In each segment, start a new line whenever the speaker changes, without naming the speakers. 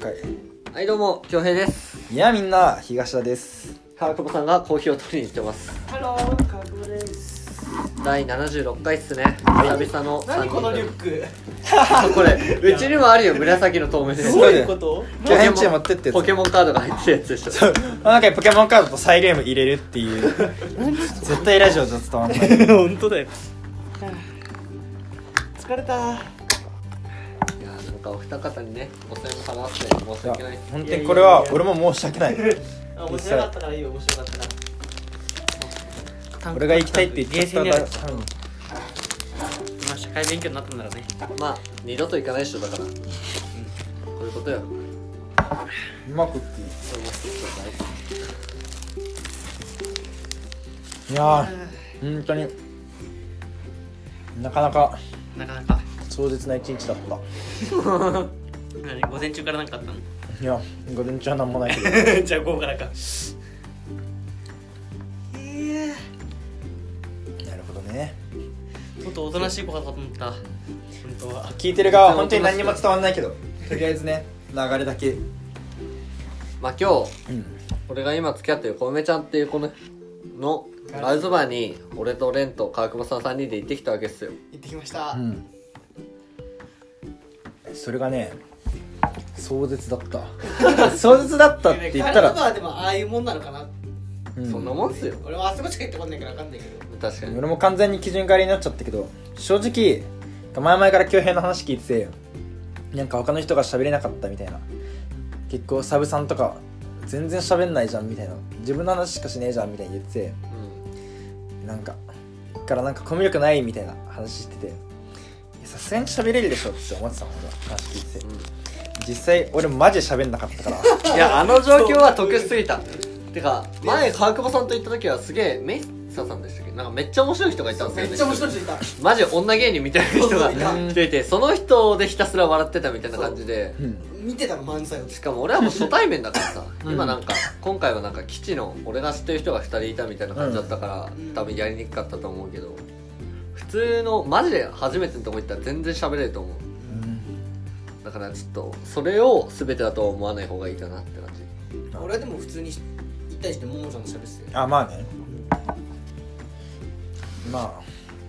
回
はいどうも恭平です
いやみんな東田です
川久保さんがコーヒーを取りに行ってます
ハロー、かぶです。
第76回っすね
い
久々の
何このリュッ
ク
ク。
これうちにもあるよ紫の透明です
ご
ど
いうね
いう こと。
ポケモ
ケン
ン
チ持ってってやつ
ポケモンカードが入ってるやつでしょ
なんかポケモンカードとサイレーム入れるっていう 絶対ラジオじゃ伝わんない
本当だよ。疲れた。
いやなんかお二方にね5000円も払わせて申し訳ないです
本当にこれは俺も申し訳ない
あ、面白かったからいいよ、面白かったから。
俺が行きたいって言っちゃったんだ
まあ社会勉強になったんだろうね
まあ二度と行かないでしょだからこういうことよ
うんうまくってい
そう思ってくださ
いいやー本当になかなか
なかなか
壮絶な一日だった
何午前中から何かあった
いや午前中は何もないけ ど
のじゃあ午後からか
なるほどね
もっとおとなしい子かと思った本当は
聞いてる側は本当に何にも伝わんないけどとりあえずね流れだけ
いまあ今
う
日
ん
俺が今付き合ってる小梅ちゃんっていう子ののラウズバーに俺と蓮と川久保さん3人で行ってきたわけですよ
行ってきました
う。んそれがね壮絶だった壮絶だったって言った、
彼とからはでも、ああいうもんなのかな。
うん
そんなもんっすよ
俺はあそこしか行ってこないから、わかんないけど。
確かに
俺も完全に基準狩りになっちゃったけど正直前々から恭平の話聞いててなんか他の人が喋れなかったみたいな結構サブさんとか全然喋んないじゃんみたいな自分の話しかしねえじゃんみたいに言ってて
うん
なんかからなんかコミュ力ないみたいな話してていやさすがに喋れるでしょって思ってたもん俺は話聞いてて実際俺マジで喋んなかった から
いやあの状況は特殊すぎたてか前川久保さんと行った時はすげえメッサさんでしたっけなんかめっちゃ面白い人がいたんですよ
め
ね
っちゃ面白い人いた。
マジ女芸人みたいな人が
そうそう
来ていてその人でひたすら笑ってたみたいな感じで
うん
見てたの、漫才を。
しかも俺はもう初対面だからさ
うん
今なんか今回はなんか基地の俺が知ってる人が2人いたみたいな感じだったから、
うん
多分やりにくかったと思うけど普通のマジで初めてのとこ行ったら全然喋れると思うだからちょっとそれを全てだとは思わない方がいいかなって感じ
俺はでも、普通に。行ったりして、ももちゃんと喋ってたよ。
あまあねま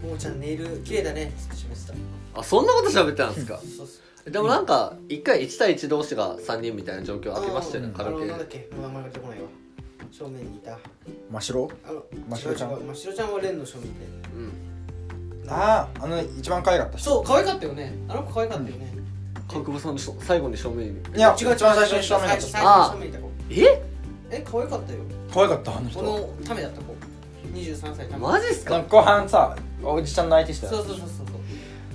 ももちゃん、ネイル、綺麗だね。つって喋って
あそんなこと喋ってたんですか
た。そうそう。
でもなんか1回1対1同士が3人みたいな状況ありましたよね
うん
カ
あ
ラオ
の、
ケ
なんだっけ、名前が出てこないわ。正面にいた。
あ真っ白
あの、
真っ白ちゃん
違う違う真っ白ちゃんは蓮の正面で。
うん
あああの一番可愛かった人
そう可愛かったよねあの子可愛かったよね、
川久保さんのしょ最後に正面に
いや
違
一
う違う
番最初に正面だっ
最初
た
最初に正面いた子
え
え可愛かったよ
可愛かったあの
こ
人
のためだった子23歳ため
マジっす
なん
か
か後半さおじちゃんの相手して
そう
たよ
そうそうそうそう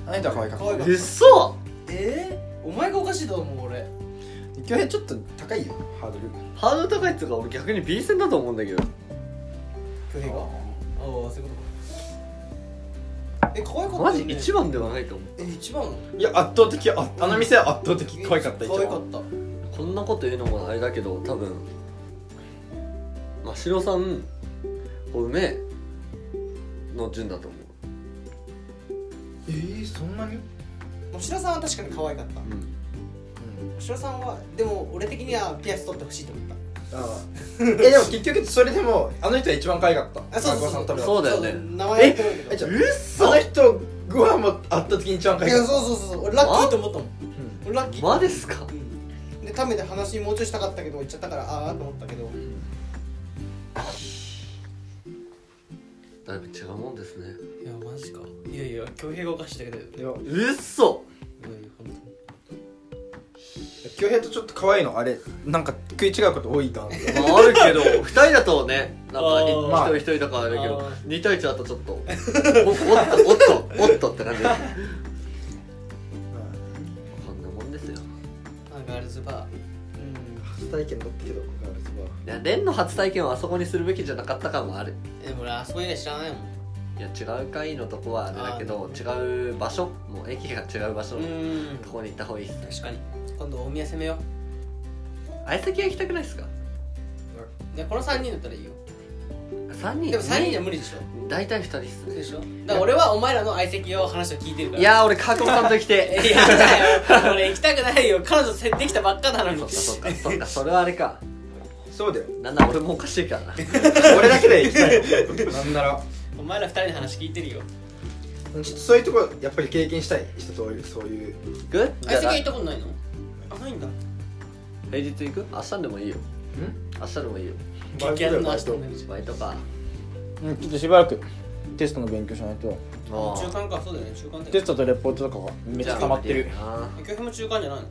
あの人は可愛かった
可愛か
うっそ
えー、お前がおかしいと思う俺
恭平ちょっと高いよハードル
ハードル高いっつうか俺逆に B 戦だと思うんだけど
クヘがああーそういうことかえ可愛かったよ、ね、
マジ一番ではないと思
え一番
いや圧倒的ああの店は圧倒的可愛かった一
可愛か
番
った
うこんなこと言うのもあれだけど多分真白さん梅の順だと思う
えー、そんなに
もしろさんは確かに可愛かったも
うん
しろさんはでも俺的にはピアス取ってほしいと思った
ああえでも結局それでもあの人は一番可愛かった
あそうそうそう
川久保さんのためだ
そうだよね
名前言ってない
え
け
じゃ
ど
あ
うっそ
あの人ご飯も圧倒的に一番可
い
愛
や
か
そう
った
そうそうそう俺ラッキーと思ったも
う
ん
ん
俺ラッキー
マですか
うんでタメで話もうちょいしたかったけど言っちゃったからああと思ったけど
だいぶ違うもんですね
いやマジかいやいや恭平がおかしいだけだよ
いや
うっそ
京平とちょっと可愛いのあれなんか食い違うこと多いかな
まああるけど2人だとねなんか
あ
い
ー
一
まあ
人一人だからあるけど
あ
2対1だとちょっとおおっとおっとおっとって感じわかんなもんですよ
あガールズバーうん
初体験だったけどガールズ
いや蓮の初体験はあそこにするべきじゃなかった感もある
え俺あそこ以外知らないもん
いや違う会のとこはあれだけど
あ
違う場所もう駅が違う場所の
ん
とこに行った方がいいっすね
確かに今度大宮攻めよ
相席屋行きたくないっすか
うでこの3人だったらいいよ
3人
でも3人じゃ無理でしょ
大体2人っすね
でしょだから俺はお前らの相席を話を聞いてるから
いやー俺川久保さんと来
え
て
いやだよ俺行きたくないよ彼女できたばっかなのに
そっかそっかそっかそれはあれか
そうだよ
なんだ俺もおかしいからな
俺だけで行きたいのなんなら
お前ら二人の話聞いてるよ
ちょっとそういうとこやっぱり経験したい人とそういう
行くじゃ
相
あ
席は行ったことないのあないんだ
平日行く明日でもいいよ明日でもいいよ
激アツの
う
明日になるじ
バイトか
んちょっとしばらくテストの勉強しないと
ゃん中間かそうだよね中間だ
テ
よ
ストとレポートとかがめっちゃ溜まってる
あ
教編も中間じゃないの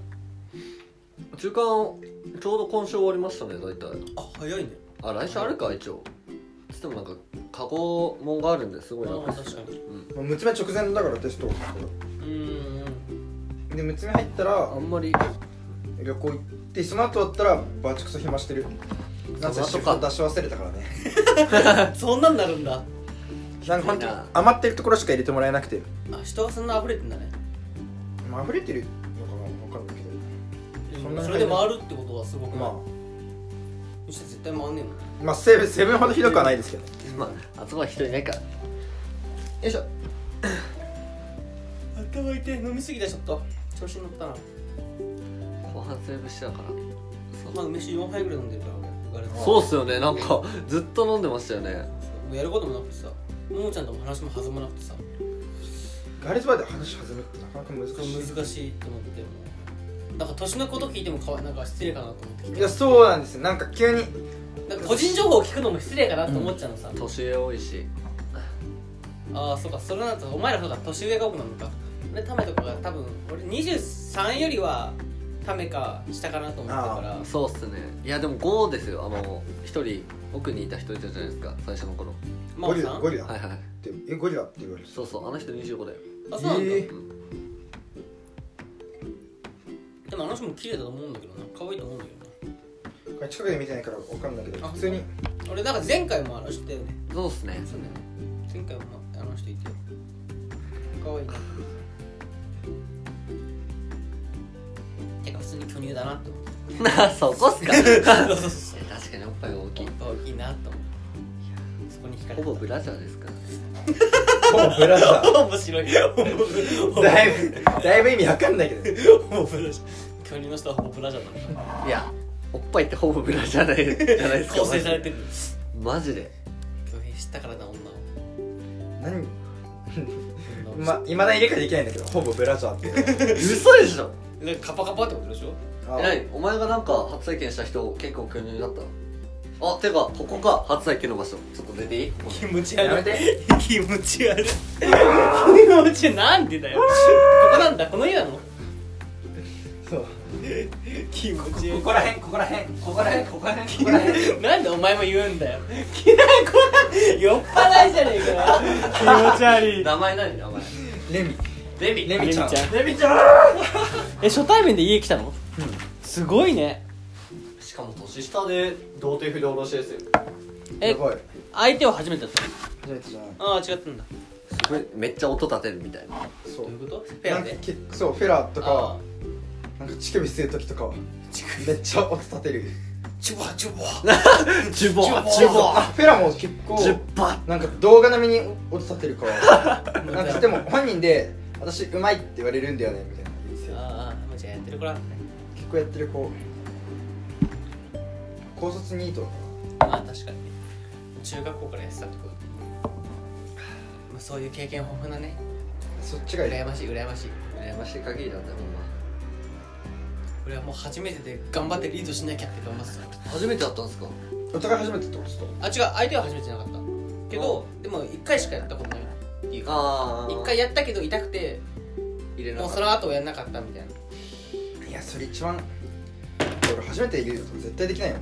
ー中間ちょうど今週終わりましたね大体
あ早いね
あ来週あるか一応つってもなんかカゴもんがあるんですごい楽
あ
です
確かに
むつ目直前だからテスト
うーん
でむつ目入ったら
あんまり
旅行行ってその後だったらバチクソ暇してるなんせ
その後か
シフト出し忘れたからね
そんなんなるんだ
なんか本当に余ってるところしか入れてもらえなくて
あ人はそんな溢れてんだね
まあ溢れてるのかな分かんないけどそんなに
それで回るってことはすごくない
ま
うちは絶対回んねえも
あ
ん
まあセブンセブンほどひどくはないですけどね
まあ集まる人いないからよいしょ
頭痛い飲みすぎだちょっと調子に乗ったな
後半セーブしてたから
まあ飯4杯ぐらい飲んでるから俺ガレ
そうっすよねなんかずっと飲んでましたよね
うやることもなくてさももちゃんとも話も弾まなくてさ
ガールズバーで話し始めってなかなか難しい
難しいと思ってもうなんか年のこと聞いてもかわなんか失礼かなと思って聞い
い
て
やそうなんですよなんか急に
なんか個人情報を聞くのも失礼かなと思っちゃうのさ、
年多いし
ああそうかそれなんとお前らそうか年上が多くなのか俺タメとかが多分俺23よりはタメか下かなと思ってたから
そうっすねいやでも5ですよあの一人奥にいた人いたじゃないですか最初の頃
ま
ゴ
あ
リ
さ
ラ
ん
ゴリラっ
はいはい
てえゴリラって言われる
そうそうあの人25だよ
あそうなんだ、
え
でもあの人も綺麗だと思うんだけどな可愛いと思うんだけどな
これ近くで見てないから分かんないけど
あ
普通に
俺なんか前回もあの人だよね
そうっすね
そうだよね前回もあの人いて可愛いなてか普通に巨乳だなって思っ
なそこっす か確
たそうそうそう
かにおっぱいが大きい
やっぱ大きいなと思ってそこに惹かれ
ほ
た
ぼブラジャーですからね
ほぼブラザ
面白いほぼ
ーだいぶだいぶ意味わかんないけど
ほぼブラジャー巨乳の人はほぼブラジャーなのか
いやおっぱいってほぼブラジャーないじゃないですか
構成されてる
マジで
巨乳知ったからな女を
何
女を知
ま
っ
いまだに理解できないんだけどほぼブラザーって
嘘でしょ
なんかカパカパってことでしょ
あ
え何お前がなんか初体験した人結構巨乳だったのあてかここか初体験の場所ちょっと出ていいここ
気持ち悪い
やめて
気持ち悪い気持ち悪いなんでだよここなんだこの家なの
そう
気持ち
ここらへんここらへんここらへんここらへんここらへん
悪い なんでお前も言うんだよきなこ酔っ払いじゃねえかよ気持ち悪
名前何名前
レミ
デビ
レミちゃん
レミちゃん
レミ ちゃん
え初対面で家来たのすごいね
しかも年下で童貞不良ろしですよ
え
すごい
相手は初めてだったの
初めてじゃない
ああ違ったんだ
すごいめっちゃ音立てるみたいな
そ
ど
う
ういうことペア
なん
で
かけそうフェラーと
あ
かなんか乳首吸う時とかはめっちゃ音立てる
チュバチュ バ
ジュボ
ジュボ
ジュ
あ
ボ
フェラーも結構
ジュバ
なんか動画並みに音立てるから なんかでも本人で「私うまい」って言われるんだよねみたいな言うんですよ
ああもうじゃあやってる子ら
結構やってる子高卒ニートだか
まあ確かにね中学校からやってたってことまあそういう経験豊富なね
らそっちがいい
羨ましい羨ましい
羨ましい限りだったよほんま
俺はもう初めてで頑張ってリードしなきゃって頑張ってた
初めてだったんですか
お互い初めてってことですか
あ違う相手は初めてじゃなかったけどでも1回しかやったことないっていうか
あ
1回やったけど痛くて
入れな
も
かっ
うそ
た
の後はやんなかったみたいない
やそれ一番俺初めて言うとか絶対できないよ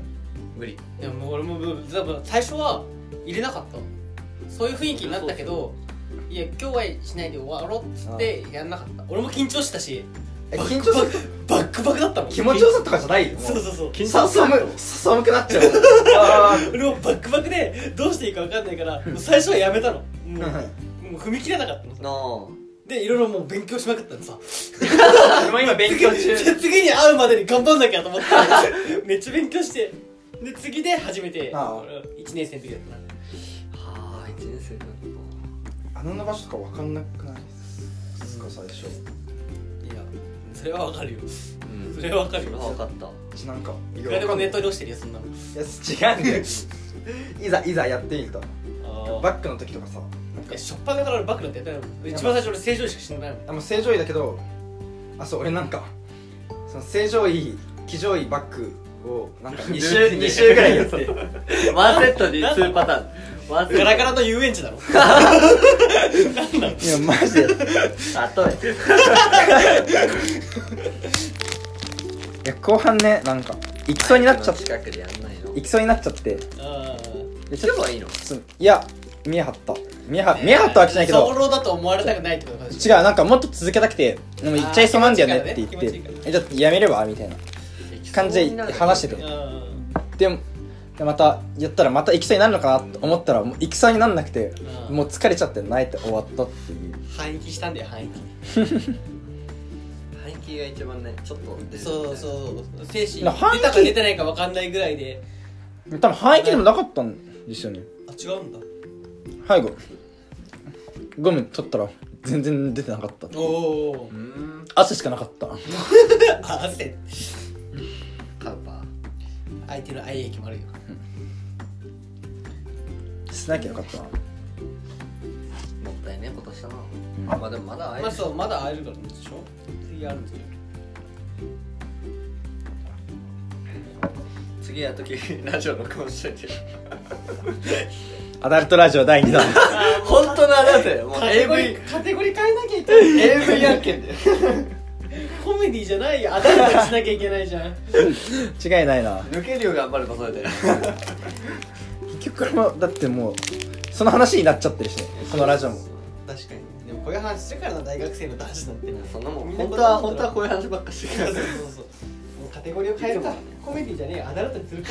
無理
でも俺も多分最初は入れなかったそういう雰囲気になったけどいや今日はしないで終わろうっつってやんなかった俺も緊張したし
え緊張する
バックバクだったもん
気持ちよさとかじゃないよ
そうそうそう
緊張寒寒くなっちゃうあ
俺もバックバクでどうしていいか分かんないからもう最初はやめたのも
ー
うもう踏み切れなかったのさ
なあ
でいろいろもう勉強しまくったのさ
でも今勉強中
で次に会うまでに頑張んなきゃと思って めっちゃ勉強してで次で初めて
ああ
1年生の時だったな
穴の場所とか分かんなくないですか最初
いやそれはわかるよ
うん
それはわかる
それ
よ
は分かった
うちなんかい
い
や
くらでもネットに落ちてるよそんなの
違うんだよ いざいざやってみると
あ
バックの時とかさなん
い
か
やしょっぱなから俺バックなんてやってないもん一番最初俺正常位しか死んでないもん
あもう正常位だけどあそう俺なんかその正常位騎乗位バックをなんか2 週二週ぐらいやって
ワンセットに2パターンワンセッ
ガ
ト
ラガラの遊園地 だろなんなの
いやマジで
あとえ
いや後半ねなんか行きそうになっちゃって
近くでやんないの
行きそうになっちゃって
あ
行けばいいの
ちょっといや見え張った見え張見え張ったわけじゃないけど
早漏だと思われたくないってことだ
違うなんかもっと続けたくてでも行っちゃいそうなんだよねって言
あー気持
っ
ちいい
て
からね
えじゃあやめればみたいな感じで話してて
うん
でもでまたやったらまた行きそうになるのかなと思ったらもう行きそうになんなくて
うん
もう疲れちゃって泣いて終わったっていう
反撃したんだよ反撃
背景が一番ねちょっと出る
そうそう精神
な反撃
出たか出てないか分かんないぐらいで
多分範囲でもなかったんですよね
あ違うんだ
背後ゴム取ったら全然出てなかった
おお
う ーん
汗しかなかった
汗
カウパー
相手の愛液もあるよ
しなきゃよかったな
もったいねえことしたな、
ん
まあでもまだ会え
まあ
る
そうまだ会えるからでしょ次あるんですよ
次やるときラジオ録音しといて
アダルトラジオ第2弾
本当のあれだよもう
カテゴリ
AV
ーカテゴリー変えなきゃいけない
AV 案件で
コメディじゃないよアダルトにしなきゃいけないじゃん
違いないな
抜けるよう頑張ればそれで
結局これもだってもうその話になっちゃってるしねこのラジオも
確かにでもこういう話してからの大学生の男子なんて
そんなもん
みんな
本当は本当はこういう話ばっかして
そう
る
そうそうもうカテゴリーを変えるかコメディじゃねえよアダルトにするか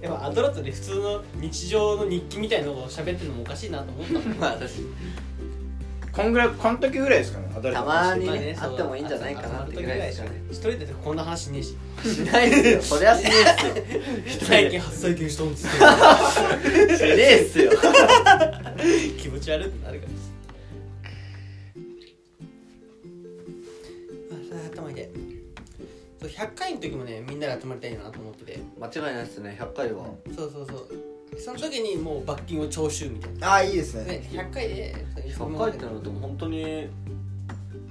やっぱアダルトで普通の日常の日記みたいなのを喋ってるのもおかしいなと思ったも ん
まあ私
こんぐらいこの時ぐらいですかねアダルト
た
の
ま
話
にね
そう
あってもいいんじゃないかなってぐらいですよね
一人でこんな話ねえし
しないですよそりゃしねえっ
最近初体験したんですよ
すよしねえっすよ
気持ち悪いってなるからあ頭痛いそう100回の時もねみんなで集まりたいなと思ってて
間違いないっすね100回は
そうそうそうその時にもう罰金を徴収みたい
ああいいです
な
ね
ね100回で
100回ってなるともう本当に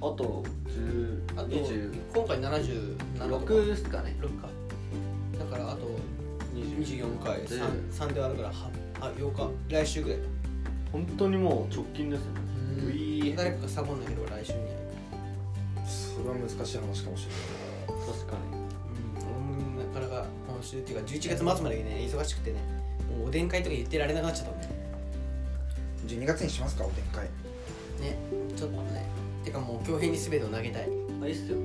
あと10
あと
26
今回76
ですかね
六かだからあと
20
24回
で
3, 3で割るからはあ8日来週ぐらいか
本当にもう直近ですよねうい
誰かがサボんだけど来週にやる
それは難しい話かもし
確かに
うん俺もなかなか今週っていうか11月末までね忙しくてねもうおでん会とか言ってられなくなっちゃったもんね
れない12月にしますかお展開
ねちょっとねてかもう強兵に全てを投げたい
まあいいっすよ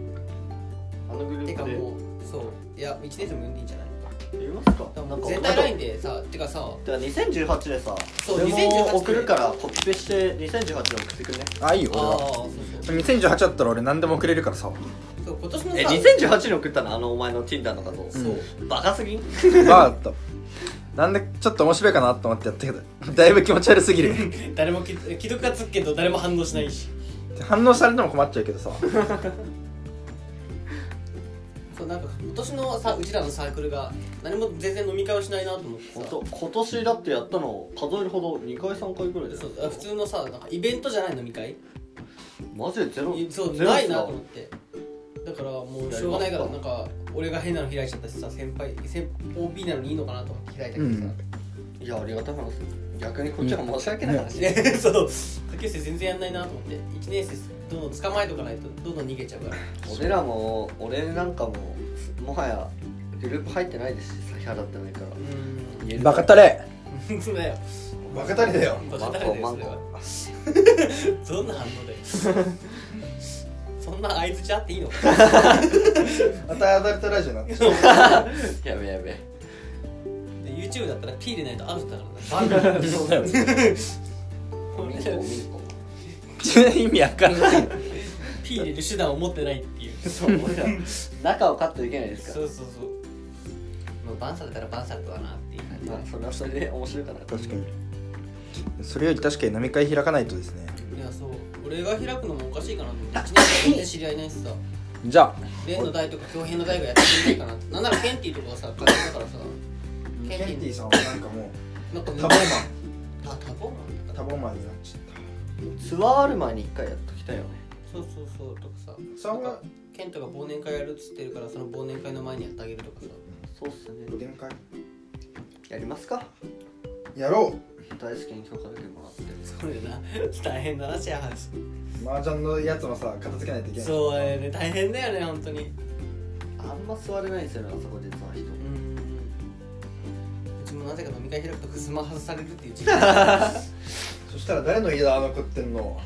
あのグル
て
ー
か
プで
もうそういや1年生もいいんじゃない
言いますか
だから
な
も
んか
う全体ラインでさてかさ
だから2018でさ
そう
俺
2018
も送るからコピペして2018で送ってくんね
ああいいよ
あ
俺
あ
は
そうそう
2018だったら俺何でも送れるからさ
そう今年のさ
え2018に送ったのあのお前の Tinder の画像
そう、
バカすぎん
バーっとなんでちょっと面白いかなと思ってやったけどだいぶ気持ち悪すぎる
誰もき既読がつくけど誰も反応しないし
反応されても困っちゃうけどさ
そうなんか今年のさうちらのサークルが何も全然飲み会をしないなと思ってさ
本当今年だってやったの数えるほど2回3回ぐらいじゃ
そう
ない
あ普通のさなんかイベントじゃない飲み会
マジでゼロ
いそう
ゼロっすわ
ないなと思ってだからもうしょうがないからなんか俺が変なの開いちゃったしさ先輩先 OB なのにいいのかなと思って開いたけどさ、
いやありがたい話逆にこっちが申し訳ない話、
ね そう下級生全然やんないなと思って1年生どんどん捕まえとかないとどんどん逃げちゃうから
俺らも俺なんかももはやグループ入ってないですし先払ってないから
うー
言える
バカたれ
ん そうだよ
バカたれだよ
バカだよ
マ
そ
ン
れ
コマ
はどんな反応だよ そんな相づちあっていいの
またアダルトラジオに なって
やべやべ
で YouTube だったら P 入れないとアウトだから
バ カそうだよ
な俺ら
意味わかんない
P 入れる手段を持ってないっていう
そう俺ら中をカットいけないですか
そうそうそうもうバンされたらバンされただなっていう感
らまあそれはそれで面白いかな
確かにそれより確かに飲み会開かないとですね
いやそう俺が開くのもおかしいかなと思って1年間全然知り合いないしさ
じゃあ
例の代とか恭平の代がやってくれないかなってなんならケンティーとかはさ課長だからさ
ケ
ケ
ン
ン
テ
テ
ィ
ィ
さんはなんかもう
なんか
タボーマ
あタボーマ
ン
ン
タボーマンになっちゃった
ツアール前に一回やっときたいよね
そうそうそうとかさ
さんは
ケントが忘年会やるっつってるからその忘年会の前にやってあげるとかさ
そうっすね
露天会
やりますか
やろ
大好きに許可出てもらって
そうよな大変だなシェアハウス
う麻雀のやつもさ片付けないといけない
そうやね大変だよね本当に
あんま座れないですよねあそこでツアー人
うーんうちもなぜか飲み会開くとふすま外されるっていう事件あ
そしたら誰の家だあの食ってんの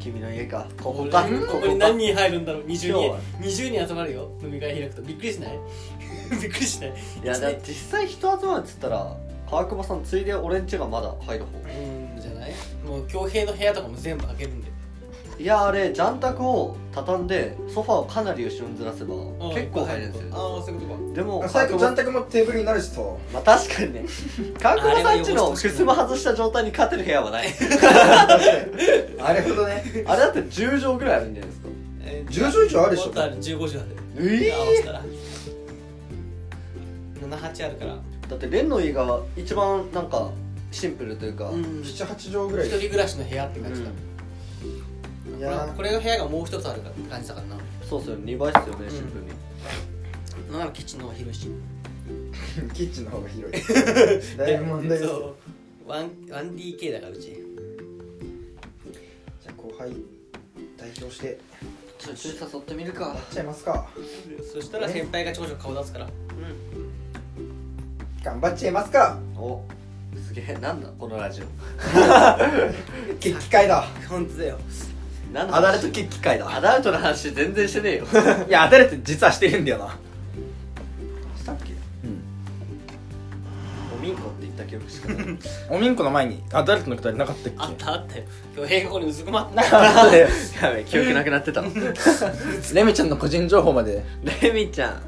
君の家かここか
俺ここ
こ
に
か
何人入るんだろう20
今日
人
は
20人集まるよ飲み会開くとびっくりしない びっくりしない
いやだって実際人集まるっつったら川久保さんついで俺んちがまだ入る方
うーんじゃないもう恭平の部屋とかも全部開けるんで
いやあれジャンタクを畳んでソファーをかなり後ろにずらせば結構入るんですよ
ああそういうこ
でも
最
川
悪
久保
ちゃんたくもテーブルになる しと
まあ確かにね川久保さんちの襖外した状態に勝てる部屋はない
あれほどね
あれだって10畳ぐらいあるんじゃないですか
と
10畳以上あるでしょ
もっとある15畳ある
え
合わせたら78あるから
だって蓮の家が一番なんかシンプルというか、
うん一
78畳ぐらい
人暮らしの部屋って感じだ、
い
これ
や
これの部屋がもう一つあるからって感じだからな
そうっすよね2倍っすよね
ん
シンプルに、
なんならキッチンの方が広いし
ー キッチンの方が広 いだいぶ問題です
そう 1- 1DK だからうち
じゃあ後輩代表して
ちょちょっと誘ってみる
や
か
っちゃいますか
そしたら先輩がちょこちょこ顔出すから
頑張っちゃいますか
おすげえなんだこのラジオ
決起会だ
本当だよ
なんだ
アダルト決起会
ア
だ
ダルトの話全然してねえよ
いやアダルト実はしてるんだよな
したっけ
うん
おみんこって言った記憶しかない
おみんこの前にアダルトのくだりなかったっけ
あったあったよ今日映画ここにうずくまって
あれ
やべえ記憶なくなって た
レミちゃんの個人情報まで
レミちゃん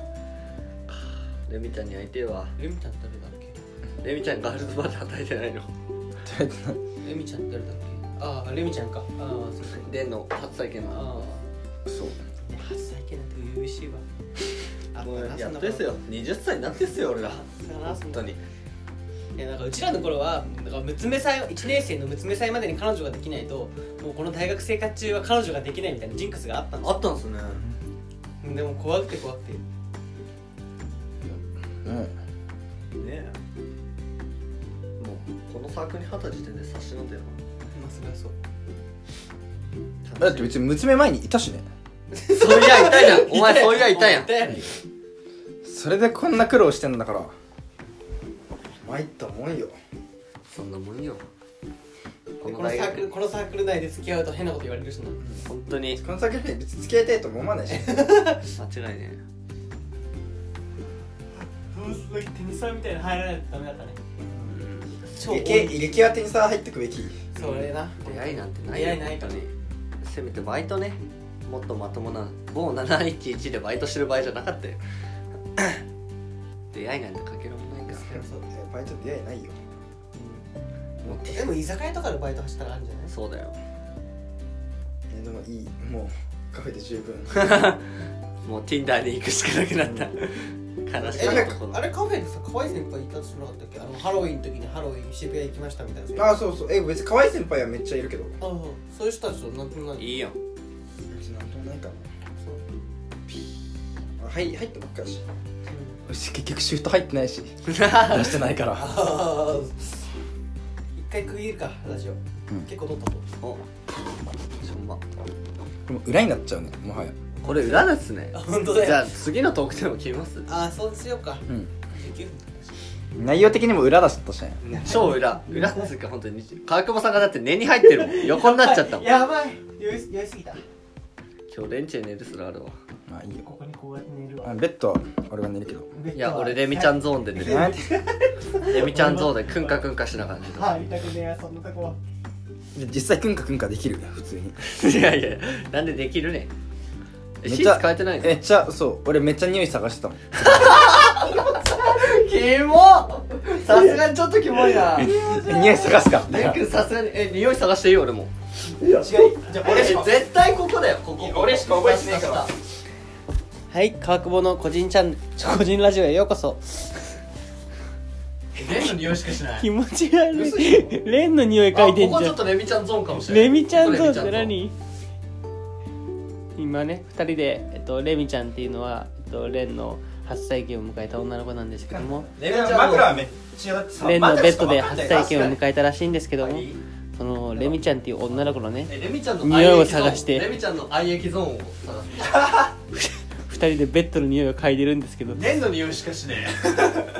レミちゃんに会いてえわ
レミちゃん誰だっけ
レミちゃんガールズバーで働いてないの
レミちゃん誰だっけああレミちゃんかああそうそう
蓮の初体験の
あ
そう
あ初体験なんて初々しいわあ
もうやっ
そんな
と
こと
ですよ20歳になってっすよ俺ら
だなそ
本
んな
当に
いやなんかうちらの頃はなんか娘さん1年生の娘さんまでに彼女ができないともうこの大学生活中は彼女ができないみたいなジンクスがあったんで
あったんすね
すよでも怖くて怖くて
うん
ねえもうこのサークルに二十歳で差し伸べよ
まあそれはそう
だって別に娘前にいたしね
そういやいたやんお前そういやいたやん
いたよ
それでこんな苦労してんだから参ったもんよ
そんなもんよこ
こ
の
のサ
大
ークル
学
このサークル内で付き合うと変なこと言われるしな
本当に
この先に別に付き合いたいとも思わないし
間違いね
テニスみたいな入らないとダメだったね超
激激アテにさ入ってくべき
それな
出会いなんてない
出会いないからね
せめてバイトねもっとまともな某711でバイトしてる場合じゃなかったよ出会いなんてかけらもないから
そう
バイト出会いないよ
もう手
でも居酒屋とかでバイトしたらあるんじゃない
そうだよ
えでもいいもうカフェで十分
もう Tinder に行くしかなくなった悲し
えないん
とこ
か
ろ
あれカフェでさ可愛い先輩いたとしなかったっけあのハロウィンの時にハロウィン渋谷行きましたみたいな
ああそうそうえ別に可愛い先輩はめっちゃいるけど
ああそういう人たちとなんともな い
いいよ
別になんともないかな
そう
あはい入ってばっかだしうち結局シフト入ってないし出してないから
あー一回区切るかラジオ、結構撮ったと
おちょんま
でも裏になっちゃうねもはや
これ裏ですね
あ本当だよ
じゃあ次のトークテーマ決めます
ああそうしようか
うん
19分
内容的にも裏だったしね
超裏裏っつうか本当に川久保さんがだって根に入ってる もん横になっちゃったもん
やばい酔い酔いすぎた
今日レンチェ寝るすらあるわ
まあいいよ
ここにこうやって寝る
あベッドは俺が寝るけど
いや俺レミちゃんゾーンで寝るレミちゃんゾーンでくんかくんかしながら
入りたくねえそんなとこは
実際くんかくんかできる普通に
寝るいやいやなんでできるねえ
めっ
シ
ちゃ
ーツ変えてないの
めっちゃそう俺めっちゃ匂い探してたもん
キモさすがにちょっとキモい な
匂い探すか
レン君さすがにえ匂い探していいよ俺も
じゃあ
俺
俺しか
絶対ここだよここ
俺しか覚えてねえから
はい川久保の個人チャン個人ラジオへようこそ
レンの匂いしかしない
気持ち悪いレンの匂い嗅いでん
あここ
じ
ちょ
ゃ
っ
ん
とレミちゃんゾーンかもしれない
レミちゃんゾーンっ
ここ
て
レミ
何今ね2人で、えっと、レミちゃんっていうのは、えっと、レンの初体験を迎えた女の子なんですけども
レンの枕はめっちゃだってさ
レンのベッドで
まだ
初
しかわか
体
ん
験
ない
を迎えたらしいんですけども
いい
そのレミちゃんっていう女の子のね
えレミちゃんの
匂いを探して
愛液ゾーンレミちゃんの愛液ゾーンを探す
2人でベッドの匂いを嗅いでるんですけど
レンの匂いしかしね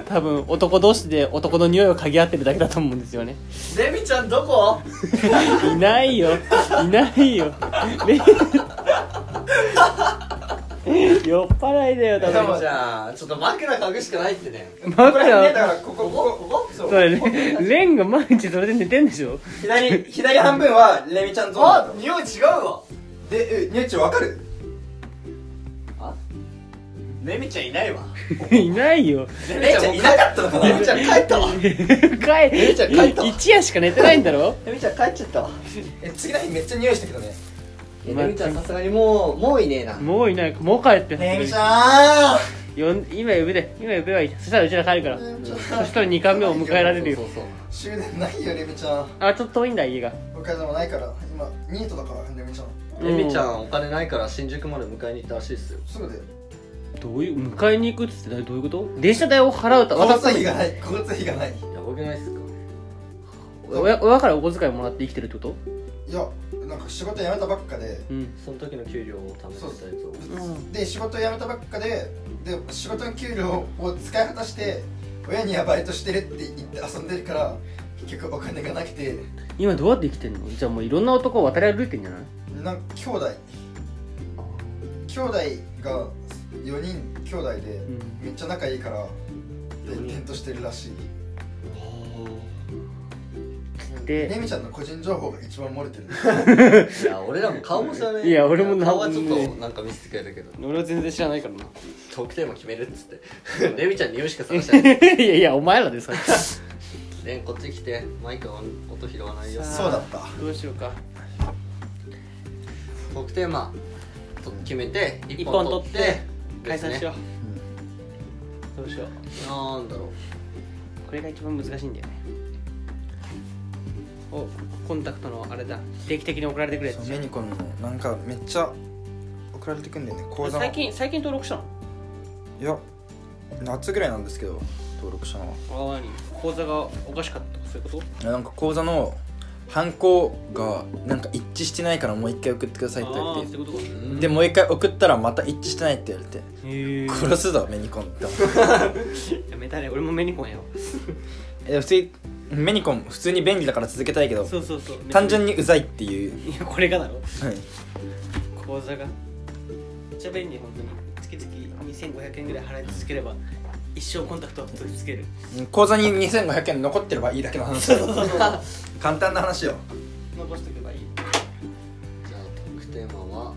多分男同士で男の匂いを嗅ぎ合ってるだけだと思うんですよね
レミちゃんどこ
いないよいないよレン酔っ払いだよ多分
じゃあちょっと枕嗅ぐしかないってね
ここら辺ねだ
枕
からここここここそう
それレレンが毎日それで寝てんでしょ
左左半分はレミちゃんゾーン
あ匂い違うわ
でえニュッチわかる
レミちゃんいないわ
いないよ
レミちゃんいなかったのか
レミ
な
ちゃん帰ったわ
帰
レンちゃん帰った
一夜しか寝てないんだろ
レミちゃん帰っちゃったわ
え次の日めっちゃ匂いしたけどね
えレミちゃんさすがにもうもういねえな
もういないもう帰って
レミちゃん
呼ん今呼ぶで今呼べばいいそしたらうちら帰るからそしたら2回目を迎えられるよ
そうそうそう
終電ないよレミちゃん
あちょっと遠いんだ家が
お金もないから今ニートだからレミちゃん
レミちゃんお金ないから新宿まで迎えに行ったらしいっすよ
すぐで
どういう迎えに行くっつってどういうこと電車代を払うと渡
交通
す
費がない交通費がない
やばくないっすか
親親からお小遣いもらって生きてるってこと
いやなんか仕事辞めたばっかで
うん
その時の給料を貯めてたやつ を
ん
で仕事辞めたばっかでで仕事の給料を使い果たして親にはバイトしてるって言って遊んでるから結局お金がなくて
今どうやって生きてんのじゃあもういろんな男を渡り歩いてんじゃない
なんか兄弟兄弟が4人兄弟で
ん
めっちゃ仲いいから
四人
転々としてるらしい
で
レミちゃんの個人情報が一番漏れてる
いや俺らも顔も知らない
いや俺もな
顔はちょっとなんか見せてくれるけど
俺は全然知らないからな
トークテーマ決めるっつって レミちゃん匂いしか探してない
いやいやお前らでさ
レンこっち来てマイクは音拾わないよ
さあ
そうだった
どうしようか
トークテーマと決めて
一
一
本
本
取
取
っ
ってて
解散しよ
う
う、どうしよう
なんだろう
これが一番難しいんだよねおコンタクトのあれだ定期的に送られてくれ
そうメニコンのなんかめっちゃ送られてくんだよね口座の
最近最近登録したの
いや夏ぐらいなんですけど登録したのは
ああ何口座がおかしかったとかそういうこ
いやなんか口座の犯行がなんか一致してないからもう一回送ってくださいって言わ
と
れ
って
て
ことか
でもう一回送ったらまた一致してないって言われて
へえ
殺すぞメニコン って思って
やめたね俺もメニコンやわ
え普通にメニコン普通に便利だから続けたいけど
そうそうそう
単純
に
にうざいっていう、
いやこれがだろ
はい、
口座がめっちゃ便利本当に月々2500円ぐらい払い続ければ一生コンタクトを取り続ける
口座に2500円残ってればいいだけの話だよ簡単な話よ
残しと けばいい
じゃあトークテーマは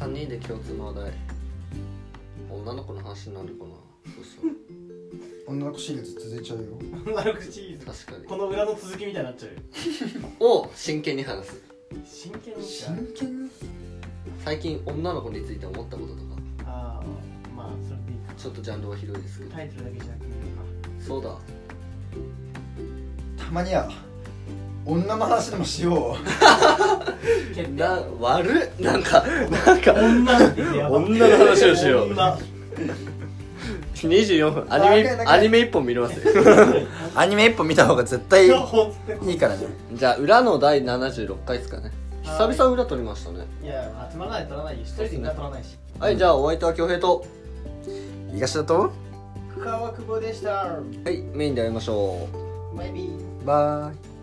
3人で共通の話題女の子の話になるかなそうそ
女の子シリーズ続いちゃうよ
女の子シリーズ
う確か
こ
に
の裏の続きみたいになっちゃうよ
を真剣に話す
真剣にじゃ
真剣に
最近女の子について思ったこととか
ああまあそれでいいか
ちょっとジャンルは広いですけど
タイトルだけじゃなくていい
そうだ
たまには女の話でもしよ
の
な
か
悪っなんかなんか
女ってやば
女の話をしよう
女
24分アニメ
なかなか
アニメ1本見れますよ
うアニメ一本見た方が絶対
情報
いいからね
じゃあ裏の第76回ですかね
はい
久々裏撮りましたね
いや集まらない取らないよ一人でみんな取らないし
はいじゃあお相手は恭平と
東だと
川久保でした
はいメインで会いましょ
バイビー
うバイ